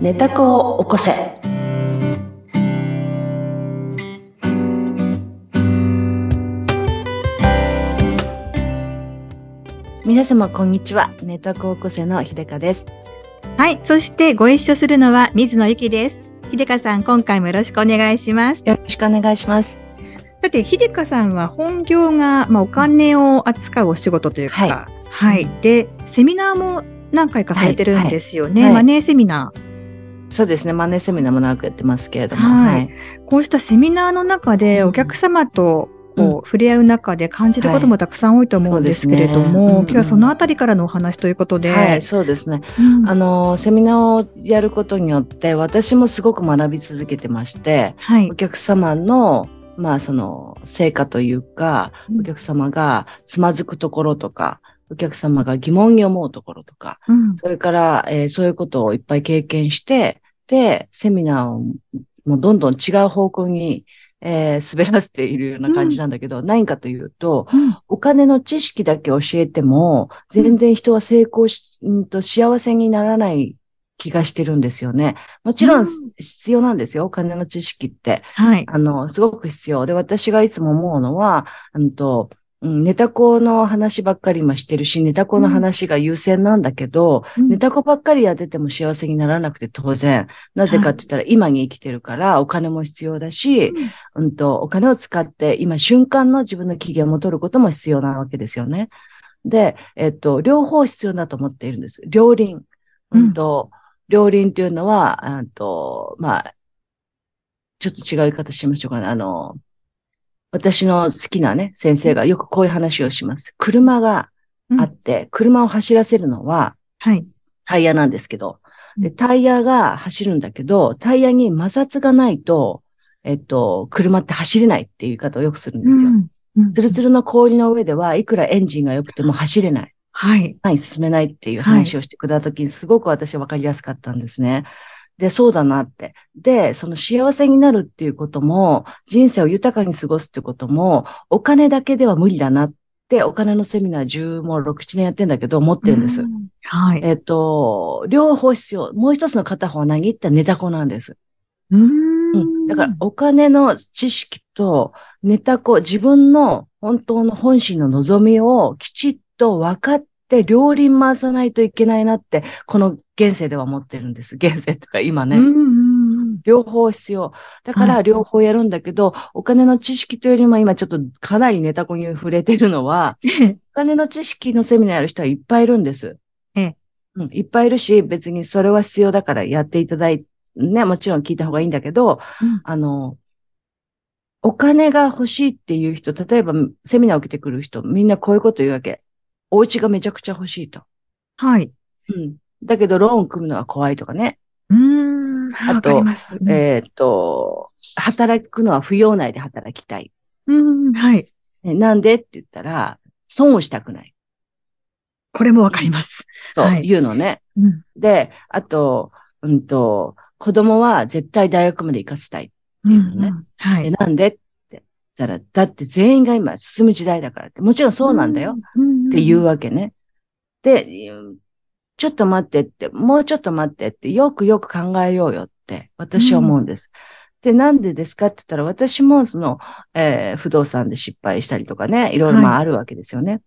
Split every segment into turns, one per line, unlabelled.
寝た子を起こせ。皆様こんにちは。寝た子を起こせの秀香です。
はい。そしてご一緒するのは水野ゆきです。ひでかさん、今回もよろしくお願いします。
よろしくお願いします。
さて、ひでかさんは本業が、まあ、お金を扱うお仕事というか、
は
はいい。で、セミナーも何回かされてるんですよね。
はいはい
マネーセミナー。
そうですね。マネーセミナーも長くやってますけれども。
はい
い。
こうしたセミナーの中で
うん
お客様とこう触れ合う中で感じることもたくさん多いと思うんですけれども、
はいそうですね
今日はそのあたりからのお話ということで、
はい、そうですね。
うん
あの、セミナーをやることによって、私もすごく学び続けてまして、
はい
お、客様の、まあ、その、成果というか、お客様がつまずくところとか、お客様が疑問に思うところとか、
うん
それから、えーそういうことをいっぱい経験して、で、セミナーをもうどんどん違う方向に、えー滑らせているような感じなんだけど、何かというと、
うん
お金の知識だけ教えても、全然人は成功し、うんと幸せにならない気がしてるんですよね。もちろ
うん
ん必要なんですよ、お金の知識って。
はい、
あの、すごく必要。で、私がいつも思うのは、あのと、うんネタ校の話ばっかり今してるし、ネタ校の話が優先なんだけど、ネタ子ばっかりやってても幸せにならなくて当然。なぜかって言ったら、今に生きてるから、お金も必要だし、うんと、お金を使って、今瞬間の自分の期限を取ることも必要なわけですよね。で、えっと、両方必要だと思っているんです。両輪。うんと、両輪というのは、あんと、まあ、ちょっと違う言い方しましょうかね。あの、私の好きなね、先生がよくこういう話をします。車があって、車を走らせるのは、
はい、
タイヤなんですけど、で、
うん
タイヤが走るんだけど、タイヤに摩擦がないと、えっと、車って走れないっていう言い方をよくするんですよ。
うん
ツルツルの氷の上では、いくらエンジンが良くても走れない。
はい、
前に進めないっていう話をしてくれたときに、すごく私は分かりやすかったんですね。で、そうだなって。で、その幸せになるっていうことも、人生を豊かに過ごすってことも、お金だけでは無理だなって、お金のセミナー10もう6、7年やってんだけど、思ってるんです。
うんはい。
えっと、両方必要。もう一つの片方は何ってネタ子なんです。
う
うんん。だから、お金の知識とネタ子、自分の本当の本心の望みをきちっと分かって両輪回さないといけないなって、この現世では思ってるんです。現世とか今ね。
うんうんうん
両方必要。だから
はい
両方やるんだけど、お金の知識というよりも今ちょっとかなりネタ子に触れてるのは、お金の知識のセミナーやる人はいっぱいいるんです。
ええ
うん、いっぱいいるし、別にそれは必要だからやっていただいて、ね、もちろん聞いた方がいいんだけど、
うん
あの、お金が欲しいっていう人、例えばセミナーを受けてくる人、みんなこういうこと言うわけ。お家がめちゃくちゃ欲しいと。
はい。
うん。だけど、ローン組むのは怖いとかね。
うーん。あ
あ
わ
と
かります。うん
えーっと、働くのは扶養内で働きたい。
うん。はい。
ねなんでって言ったら、損をしたくない。
これもわかります。
と
はい
いうのね。
うん。
で、あと、うんと、子供は絶対大学まで行かせたい。
う
い
ん
うのね
うんは
え
い。
なんでって言ったら、だって全員が今進む時代だからって。もちろんそうなんだよ。
うん。
っていう
わ
わけね。で、うんちょっと待ってって、もうちょっと待ってって、よくよく考えようよって、私は思うんです。で、なんでですかって言ったら、私もその、えー不動産で失敗したりとかね、いろいろ
はい
まああるわけですよね。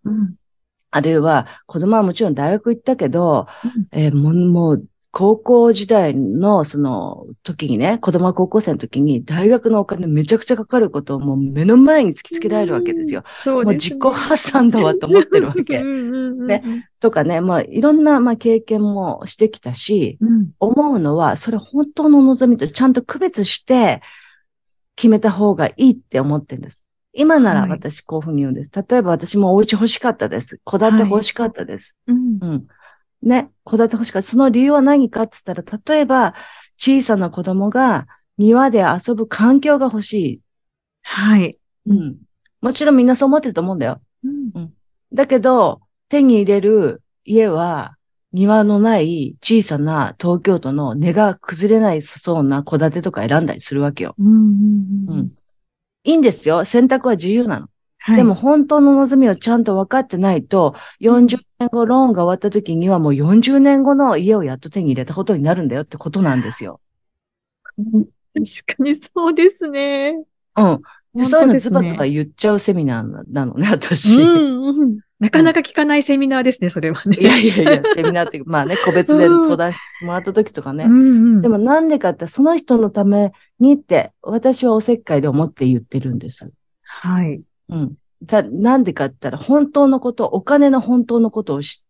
あるいは、子供はもちろん大学行ったけど、えーもう、もう、高校時代の、その、時にね、子供は高校生の時に、大学のお金めちゃくちゃかかることをもう目の前に突きつけられるわけですよ。。
そう
もう
で
自
すね。
己破産だわと思ってるわ
う
け。
んうんうん
ねとかね、まあ、いろんな、まあ、経験もしてきたし、
うん。
思うのは、それ本当の望みとちゃんと区別して、決めた方がいいって思ってるんです。今なら
はい
私こういうふうに言うんです。例えば私もお家欲しかったです。戸建て欲しかったです。
うん。
うん。ね、子立て欲しかった。その理由は何かって言ったら、例えば、小さな子供が庭で遊ぶ環境が欲し
はい。
い。うん。もちろんみんなそう思ってると思うんだよ。
うん
だけど、手に入れる家は、庭のない小さな東京都の根が崩れないそうな戸建てとか選んだりするわけよ。
うんうんうん
いいんですよ。選択は自由なの。
はい
でも本当の望みをちゃんと分かってないと、40年後ローンが終わった時にはもう40年後の家をやっと手に入れたことになるんだよってことなんですよ。
確かにそうですね。
うん。でそういう
本当
の
です
ズバズ
ね
バ言っちゃうセミナーなのね、私。
うんうんなかなか聞かないセミナーですね、それはね。
いやいやいや、セミナーっていうか、まあね、個別で相談してもらった時とかね。
うんうん
でもなんでかって、その人のためにって、私はおせっかいで思って言ってるんです。
はい。
うん。だなんでかって言ったら、本当のこと、お金の本当のことをし、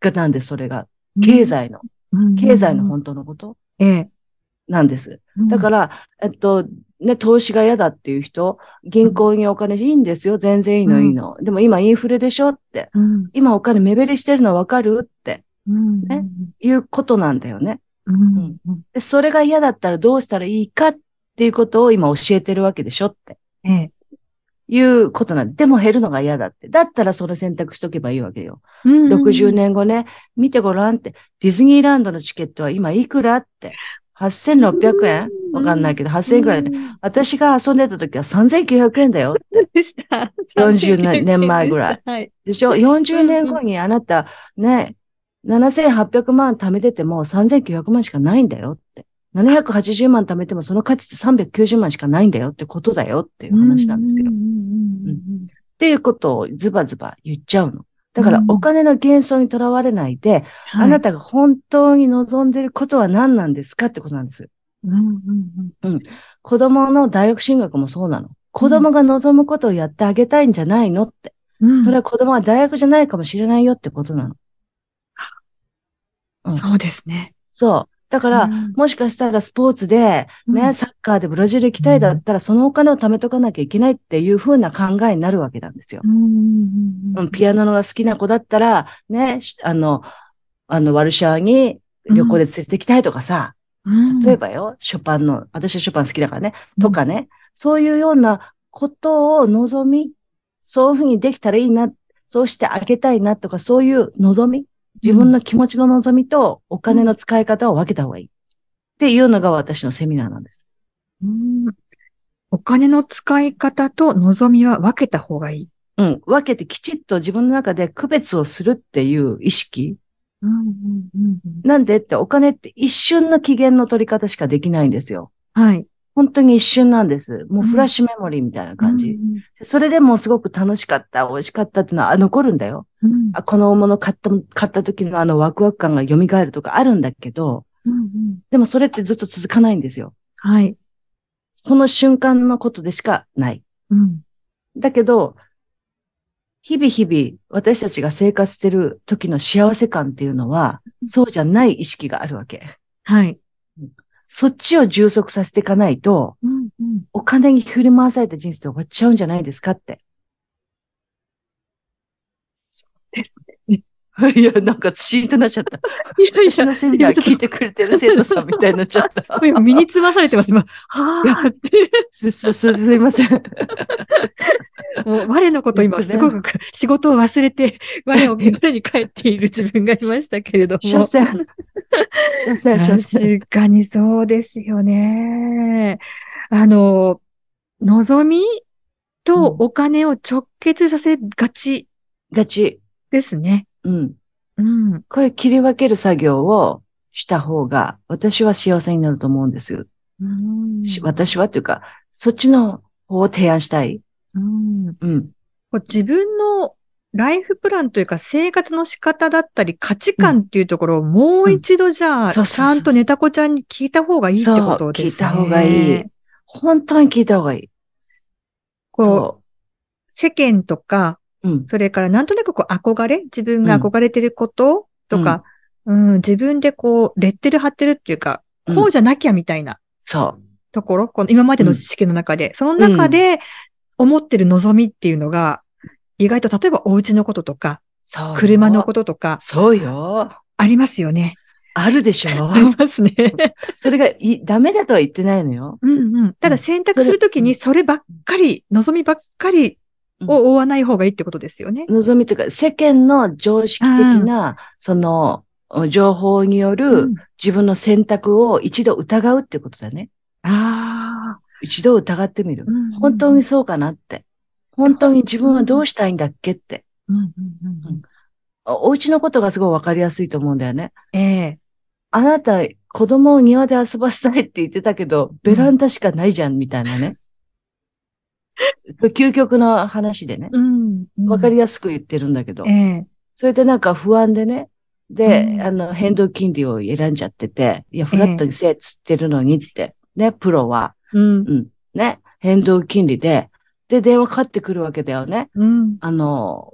がなんでそれが、経済の、
うん、
経済の
うん。
本当のこと
ええ。、
なんです。だからら、えっと、ね、投資が嫌だっていう人、銀行にお金いいんですよ、全然いいのいいの。でも今インフレでしょって。
うん
今お金目減りしてるのわかるって
うん
ねいうことなんだよね。
うんうん
で、それが嫌だったらどうしたらいいかっていうことを今教えてるわけでしょって
ええ。
いうことなんで、でも減るのが嫌だって。だったらその選択しとけばいいわけよ。60
60。
年後ね、見てごらんって、ディズニーランドのチケットは今いくらって。8600円
うん
わかんないけど、8000円くらいで。私が遊んでた時は3900円だよ。
でした。
40年前ぐらい
い。はい。
でしょ ?40 年後にあなたね、7800万貯めてても3900万しかないんだよって。780万貯めてもその価値って390万しかないんだよってことだよっていう話なんですよ。
う
っ
んうんうんうん
ていうことをズバズバ言っちゃうの。だから
うん
お金の幻想にとらわれないで、
は
あ
い
なたが本当に望んでることは何なんですかってことなんです。
うんうんうん
子供の大学進学もそうなの。子供が望むことをやってあげたいんじゃないのって。
うん
それは子供は大学じゃないかもしれないよってことなの。うん
そうですね。
そう。だから、
うん
もしかしたらスポーツで、ね、
うん
サッカーでブラジル行きたいだったら、そのお金を貯めとかなきゃいけないっていう風な考えになるわけなんですよ。
うんうん
うん、ピアノが好きな子だったら、ね、しあの、あの、ワルシャワに旅行で連れて行きたいとかさ、
うん
例えばよ、ショパンの、私はショパン好きだからね、とかね、そういうようなことを望み、そういう風にできたらいいな、そうしてあげたいなとか、そういう望み、自分の気持ちの望みとお金の使い方を分けた方がいい。っていうのが私のセミナーなんです。
うんお金の使い方と望みは分けた方がいい。
うん。分けてきちっと自分の中で区別をするっていう意識。なんでってお金って一瞬の機嫌の取り方しかできないんですよ。
はい。
本当に一瞬なんです。もうフラッシュメモリーみたいな感じ。それでもすごく楽しかった、美味しかったっていうのは残るんだよ。
うん。
あこのもの買った、買った時のあのワクワク感が蘇るとかあるんだけど、
うんうん
でもそれってずっと続かないんですよ。
はい。
その瞬間のことでしかない。
うん
だけど、日々日々私たちが生活してる時の幸せ感っていうのは、そうじゃない意識があるわけ。
はい。
そっちを充足させていかないと、
うんうん
お金に振り回された人生って終わっちゃうんじゃないですかって。いや、なんかシーンとなっちゃった。
いやいや、
私のセミナー聞いてくれてる生徒さんみたいになっちゃった。
すごい身につまされ てます。今はぁって。
す、す、す、すいません。
もう我のこと今、すごく仕事を忘れて、 我を、我に帰っている自分がいましたけれど
所
も。
詮。所詮、所詮。
確かにそうですよね。あの、望みとお金を直結させがち
ガチ。
ですね。
うん。
うん。
これ切り分ける作業をした方が、私は幸せになると思うんです。
うん
し私はというか、そっちの方を提案したい。
うん
うん。
こう自分のライフプランというか生活の仕方だったり価値観っていうところをもう一度じゃ
そう
あ、
そう
ち
そう
ゃんとネタコちゃんに聞いた方がいいってことですね。
そう聞いた方がいい。本当に聞いた方がいい。
こう、世間と
う。
か、
うん。
それからなんとなくこう憧れ自分が憧れてること
うん
とか、うん自分でこう、レッテル貼ってるっていうか、
うん
こうじゃなきゃみたいな
そ
ところ、この今までの知識の中で、その中で思ってる望みっていうのが、意外と例えばお家のこととか、
う。そう。
車のこととか、
そうよ。
ありますよね。
あるでしょ
ありますね。
それがい、ダメだとは言ってないのよ。
うんうん。ただ選択するときにそればっかり、望みばっかりを追わない方がいいってことですよね。
望みというか、世間の常識的な、その、情報によ
う
る
ん、
自分の選択を一度疑うっていうことだね。
ああ。
一度疑ってみる
う。ん
本当にそうかなって。本当に自分はどうしたいんだっけって。
うんうんうんうん
おお家のことがすごいわかりやすいと思うんだよね。
ええ。
あなた、子供を庭で遊ばせたいって言ってたけど、ベランダしかないじゃん、みたいなね。 究極の話でね。
うん。
わかり
や
やすく言ってるんだけど。
ええ。
それでなんか不安でね。で、
うん
あの、変動金利を選んじゃってて、いや、フラットにせえっつってるのにって、ね、プロは、
うん。
ね、変動金利で、で、電話かかってくるわけだよね。
うん。
あの、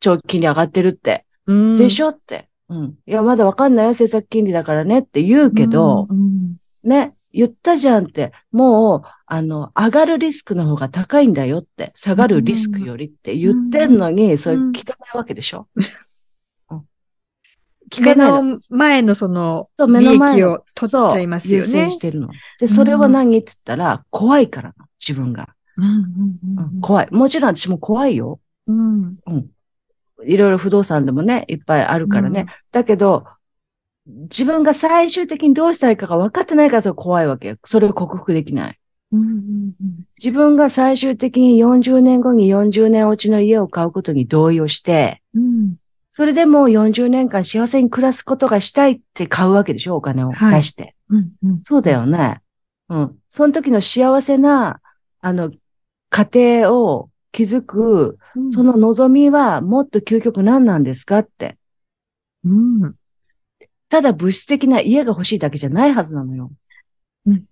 長期金利上がってるって。
うん
でしょって。うん。いや、まだわかんないよ、政策金利だからねって言うけど、
うんうん
ね、言ったじゃんって、もう、あの、上がるリスクの方が高いんだよって、下がるリスクよりって言ってんのに、それ聞かないわけでしょ、うん聞
目
かないの
の前のその、
そう目の前
利益
の
を取っちゃいますよね
そう優先してるの。で、それは何って言ったら、怖いからなの、自分が、
うん
うん怖い。もちろん私も怖いよ。
うんうん。
いろいろ不動産でもね、いっぱいあるからね。
うん
だけど、自分が最終的にどうしたらいいかが分かってないからそれ怖いわけよ。それを克服できない。
うんうん
自分が最終的に40年後に40年落ちの家を買うことに同意をして、
うん
それでも40年間幸せに暮らすことがしたいって買うわけでしょお金を
は
出
い
して。
うんうん
そうだよね。うん。その時の幸せな、あの、家庭を築く、
うん
その望みはもっと究極何なんですかって。
うん
ただ物質的な家が欲しいだけじゃないはずなのよ。
うん。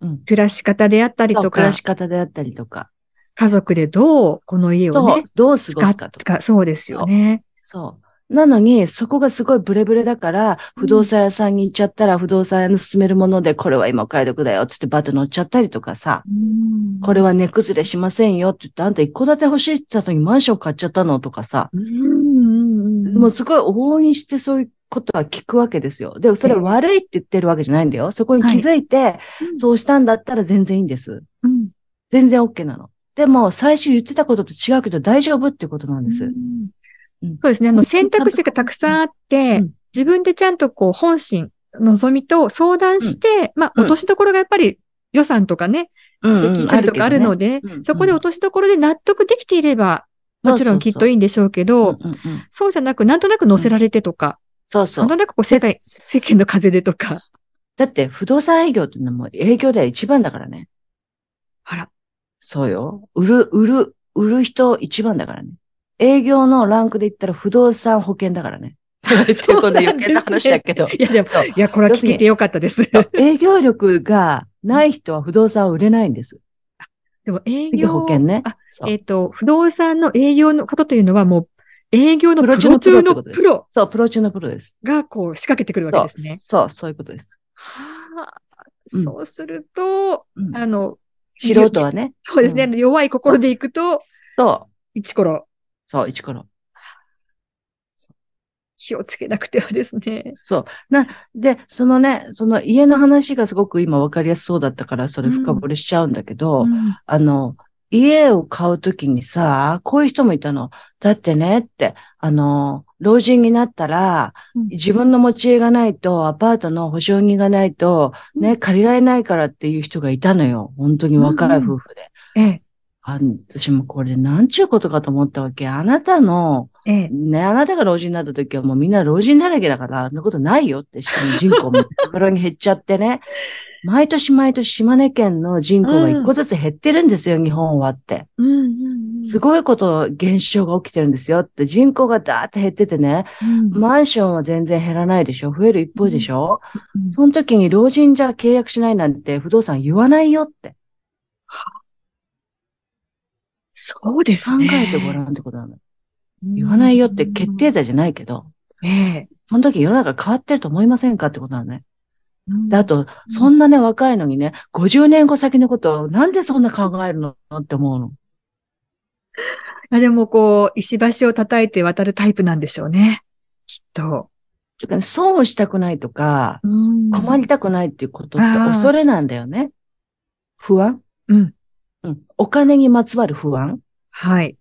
うん。
暮らし方であったりと
暮ら
か、
し方であったりとか。
家族でどうこの家を
そう
ね、、
どう過ご
使
す
っ
かとか。
使そうですよね。
そう。なのに、そこがすごいブレブレだから、不動産屋さんに行っちゃったら、不動産屋の勧めるもので、これは今お買い得だよって言ってバッと乗っちゃったりとかさ、
うん
これは値崩れしませんよって言って、あんた一戸建て欲しいって言ったのにマンション買っちゃったのとかさ、
うんうんうん
もうすごい往々にしてそういうことは聞くわけですよ。でもそれ悪いって言ってるわけじゃないんだよ。そこに気づいて、そうしたんだったら全然いいんです。
うん
全然 OK なの。でも、最初言ってたことと違うけど大丈夫ってことなん
う
で
ん
す。うん
そうですね。あの、選択肢がたくさんあって、
うん
自分でちゃんとこう、本心、望みと相談して、まあ、
うん
落としどころがやっぱり予算とかね、
うん
責任感とかあるので、
うん
そこで落としどころで納得できていれば、
そう
もちろんきっといいんでしょうけど、
うんうんうん
そうじゃなく、なんとなく乗せられてとか、
そうそ
な
うん
と。なくこう世界、世間の風でとか。
だって、不動産営業ってのはもう営業では一番だからね。
あら。
そうよ。売る、売る、売る人一番だからね。営業のランクで言ったら不動産保険だから ね。 っていう
そ
こ
う
と
な
で
んで
余
すね
計な話だけど。
いやでも
そう
いや、これは聞けてよかったです。
営業力がない人は不動産を売れないんです。
でも営
次
業、
保険ね
あ、
そう
えっ、と、不動産の営業の方というのはもう、営業の
プ
プロ
ロ
中
中のプロってこ
の
とです
プロ
そう、プロ中のプロです。
がこう仕掛けてくるわけですね。
そう、そういうことです。
はあ、
うん
そうすると、
うん
あの、
素人はね。
そうですね、弱い心でいくと、
そう、
一頃
そう、一から。
気をつけなくてはですね。
そう。な、で、そのね、その家の話がすごく今分かりやすそうだったから、それ深掘りしちゃうんだけど、
うん
あの、家を買うときにさ、こういう人もいたの。だってねって、あの、老人になったら、
うん
自分の持ち家がないと、アパートの保証人がないと、ね、
うん
借りられないからっていう人がいたのよ。本当に若い夫婦で。
ええ、
あ私もこれなんちゅうことかと思ったわけ。あなたの、
ええ、
ね、あなたが老人になった時はもうみんな老人だらけだから、そんなことないよって、しかも人口もこれに減っちゃって ね。毎年毎年島根県の人口が一個ずつ減ってるんですよ、日本はって。
うんうんうん
すごいこと、現象が起きてるんですよって、人口がダーって減っててね、
うん
マンションは全然減らないでしょ増える一方でしょ、
うん
その時に老人じゃ契約しないなんて不動産言わないよって
そうで
考
すね。
えてごらんってことなの。言わないよって決定打じゃないけど、
うん。ええ。
その時世の中変わってると思いませんかってことなのね。
うん
で、あと、そんなね、若いのにね、50年後先のことを、なんでそんな考えるのって思うの。
あでもこう、石橋を叩いて渡るタイプなんでしょうね。きっと。
ていうかね、損をしたくないとか、困
困
りたくないっていうことっ
あ
て
ー
恐れなんだよね。不安
うん。
うん。お金にまつわる不安
はい。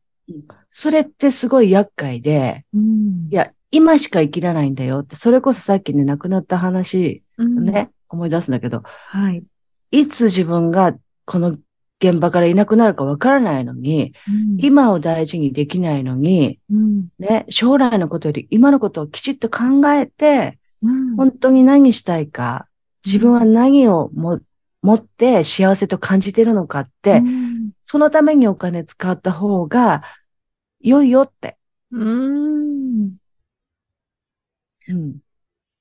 それってすごい厄介で、
うん
い、や、今しか生きらないんだよって、それこそさっきね、亡くなった話、
うん。
ね、思い出すんだけど、
はい。
いつ自分がこの現場からいなくなるかわからないのに、
うん
今を大事にできないのに、
うん
ね、将来のことより今のことをきちっと考えて、
うん
本当に何したいか、自分は何をも持って幸せと感じてるのかって、
うん
そのためにお金使った方が良いよって。
うん
うん。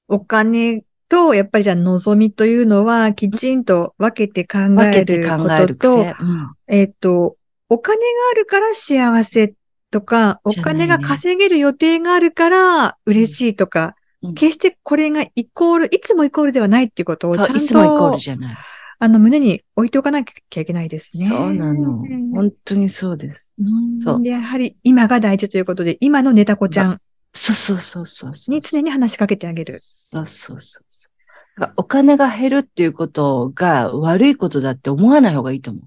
お金と、やっぱりじゃあ望みというのは、きちんと分けて考
分
え
けて
る
考
こ
え
と
る
と、
癖。うん
えっ、と、お金があるから幸せとか、お
じゃないね
金が稼げる予定があるから嬉しいとか、
うん
決してこれがイコール、いつもイコールではないっていうことを
そ
ちゃ
う、い
ん
つもイコー
と
ル、じゃない。
あの、胸に置いておかなきゃいけないですね。
そうなの。本当にそうです。
うん
そう
で、やはり今が大事ということで、今のネタ子ちゃん
そうそうそうそうそう。
に常に話しかけてあげる。
そうそうそうそう。だからお金が減るっていうことが悪いことだって思わない方がいいと思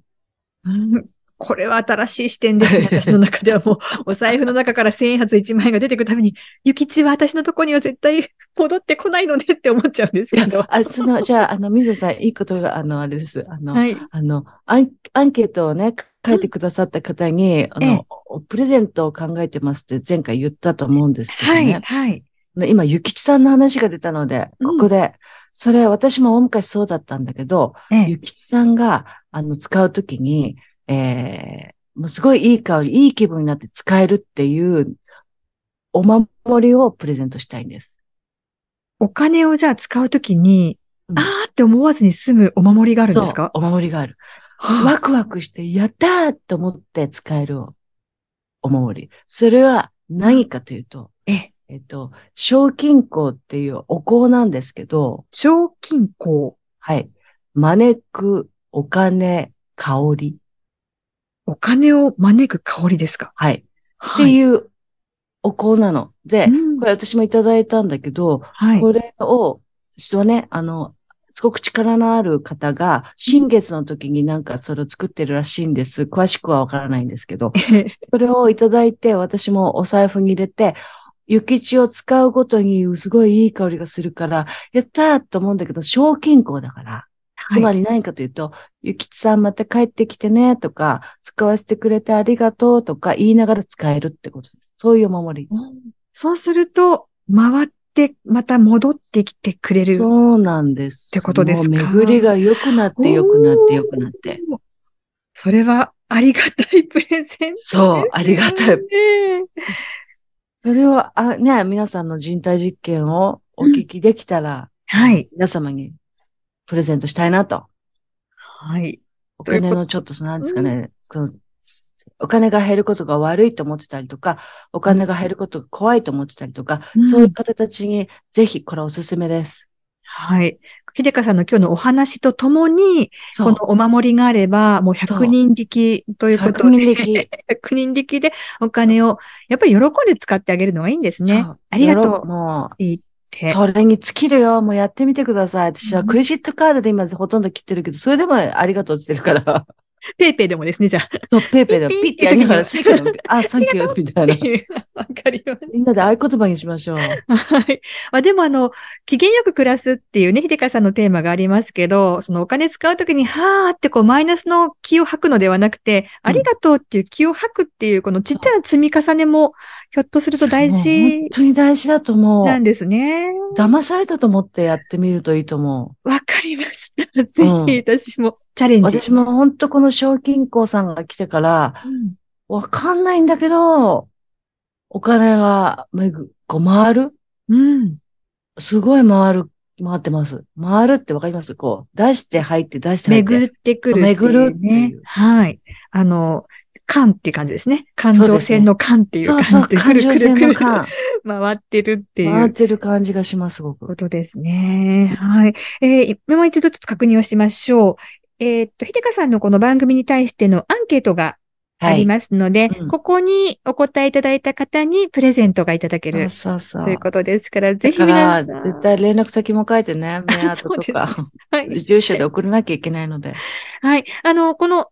う。
うんこれは新しい視 点ですね。私の中ではもう、お財布の中から千円札1万円が出てくるたびに、ゆきちは私のとこには絶対戻ってこないのねって思っちゃうんですけど。
あ、その、じゃあ、あの、水野さん、いいことが、あの、あれです。あの、
はい。
あの、アン、アンケートをね、書いてくださった方に、あ
ええ
の、プレゼントを考えてますって前回言ったと思うんですけど
はい、
ね。
はい。
で今、ゆきちさんの話が出たので、
うん
ここで、それ私も大昔そうだったんだけど、
ええ
ゆきちさんが、あの、使うときに、えー、もうすごいいい香り、いい気分になって使えるっていう、お守りをプレゼントしたいんです。
お金をじゃあ使うときに、
うん
あーって思わずに済むお守りがあるんですか
そうお守りがある。
はあ
ワクワクして、やったーと思って使えるお守り。それは何かというと、
ええ、
えっと、小金庫っていうお香なんですけど、
超金庫、
はい。招く、お金、香り。
お金を招く香りですか
はい。っ
は
て
う。
いうお香なの。で、
うん
これ私もいただいたんだけど、
はい。
これを、一度ね、あの、すごく力のある方が、新月の時になんかそれを作ってるらしいんです。詳しくはわからないんですけど、それをいただいて、私もお財布に入れて、雪地を使うごとに、すごいいい香りがするから、やったーと思うんだけど、小金庫だから、つま
り、
り何かというと、ゆきちさんまた帰ってきてねとか、使わせてくれてありがとうとか言いながら使えるってことです。そういうお守
うんそうすると、回って、また戻ってきてくれ
り。
る。
そうなんです。
ってことですか
もう巡りが良くなって良くなって良くなって。
おー。それは、ありがたいプレゼントですよね、
そうありがたい
ええ。
それを、あね、皆さんの人体実験をお聞きできたら、
はい。
皆様にプレゼントしたいなと。
はい。
お金のちょっと、そのなんですかね、このお金が減ることが悪いと思ってたりとか、お金が減ることが怖いと思ってたりとか、
うん
そういう方たちにぜひこれおすすめです。
はい。ひでかさんの今日のお話とともに、
そ
こ
う
の。お守りがあれば、もう100人力というこ
100
とで、
人力
100人力でお金を、やっぱり喜んで使ってあげるのがいいんですね
そ。う
ありがとう
よろもう、
いいって。
それに尽きるよ。もうやってみてください。私
う
は
ん
クレジットカードで今ほとんど切ってるけど、それでもありがとうって言ってるから。
ペイペイでもですね、じゃあ。
そう、ペイペイで
ピッ
ピッてやりながら、
ピ
ス
ッ
イ
て
カ
や
でも、あ、サンキューみたい
っ
な。
ていう。 わかりまし
みんなで合言葉にしましょう。
た。はい。 まあでもあの、機嫌よく暮らすっていうね、ひでかさんのテーマがありますけど、そのお金使うときに、はーってこうマイナスの気を吐くのではなくて、
うん
ありがとうっていう気を吐くっていう、このちっちゃな積み重ねも、ひょっとすると大
もう本
事
当に大事だと思う。
なんですね。
騙されたと思ってやってみるといいと思
わかりました。ぜひ私もチャレ
う。
ンジ。
私も本当この賞金庫さんが来てから、
うん
わかんないんだけど、お金がめぐ、こう回る
うん。
すごい回る、回ってます。回るってわかりますこう、出して入って、出して入って。
巡ってくるっていう、ね。
巡るっていう
はい。あの、感っていう感じですね。感情線の感っていう
そ
感
う
じ
そ
で、
う、感情線の
くる
感。
くる回ってるってい
回っ
う
てる感じがします、すごく。
ことですね。はい。えー、もう一度ちょっと確認をしましょう。えーっと、ひでかさんのこの番組に対してのアンケートがありますので、
うん
ここにお答えいただいた方にプレゼントがいただける
そうそうそう。
ということですから、ぜひ
だか
皆さ
ら、
ん。
絶対連絡先も書いてね、メアドと
そうで
か、
はい。
住所で送らなきゃいけないので。
はい。あの、この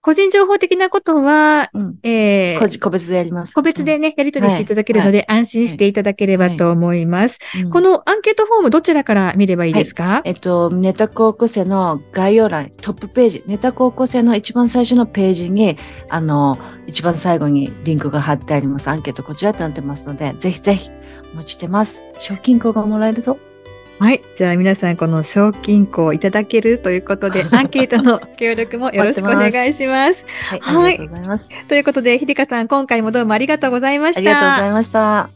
個人情報的なことは、
うん。
えー
個人個別でやります。
個別でね、やり取りしていただけるので、安心していただければと思います。
うん、うん
このアンケートフォームどちらから見ればいいですか、
えっと、ネタ高校生の概要欄、トップページ、ネタ高校生の一番最初のページに、あの、一番最後にリンクが貼ってあります。アンケートこちらとなってますので、ぜひぜひお待ちしてます。賞金庫がもらえるぞ。
はい。じゃあ皆さん、この賞金庫をいただけるということ で、アンケートの協力もよろしくお願いします。
はい、
はい
ありがとうございます。
ということで、ひでかさん、今回もどうもありがとうございました。
ありがとうございました。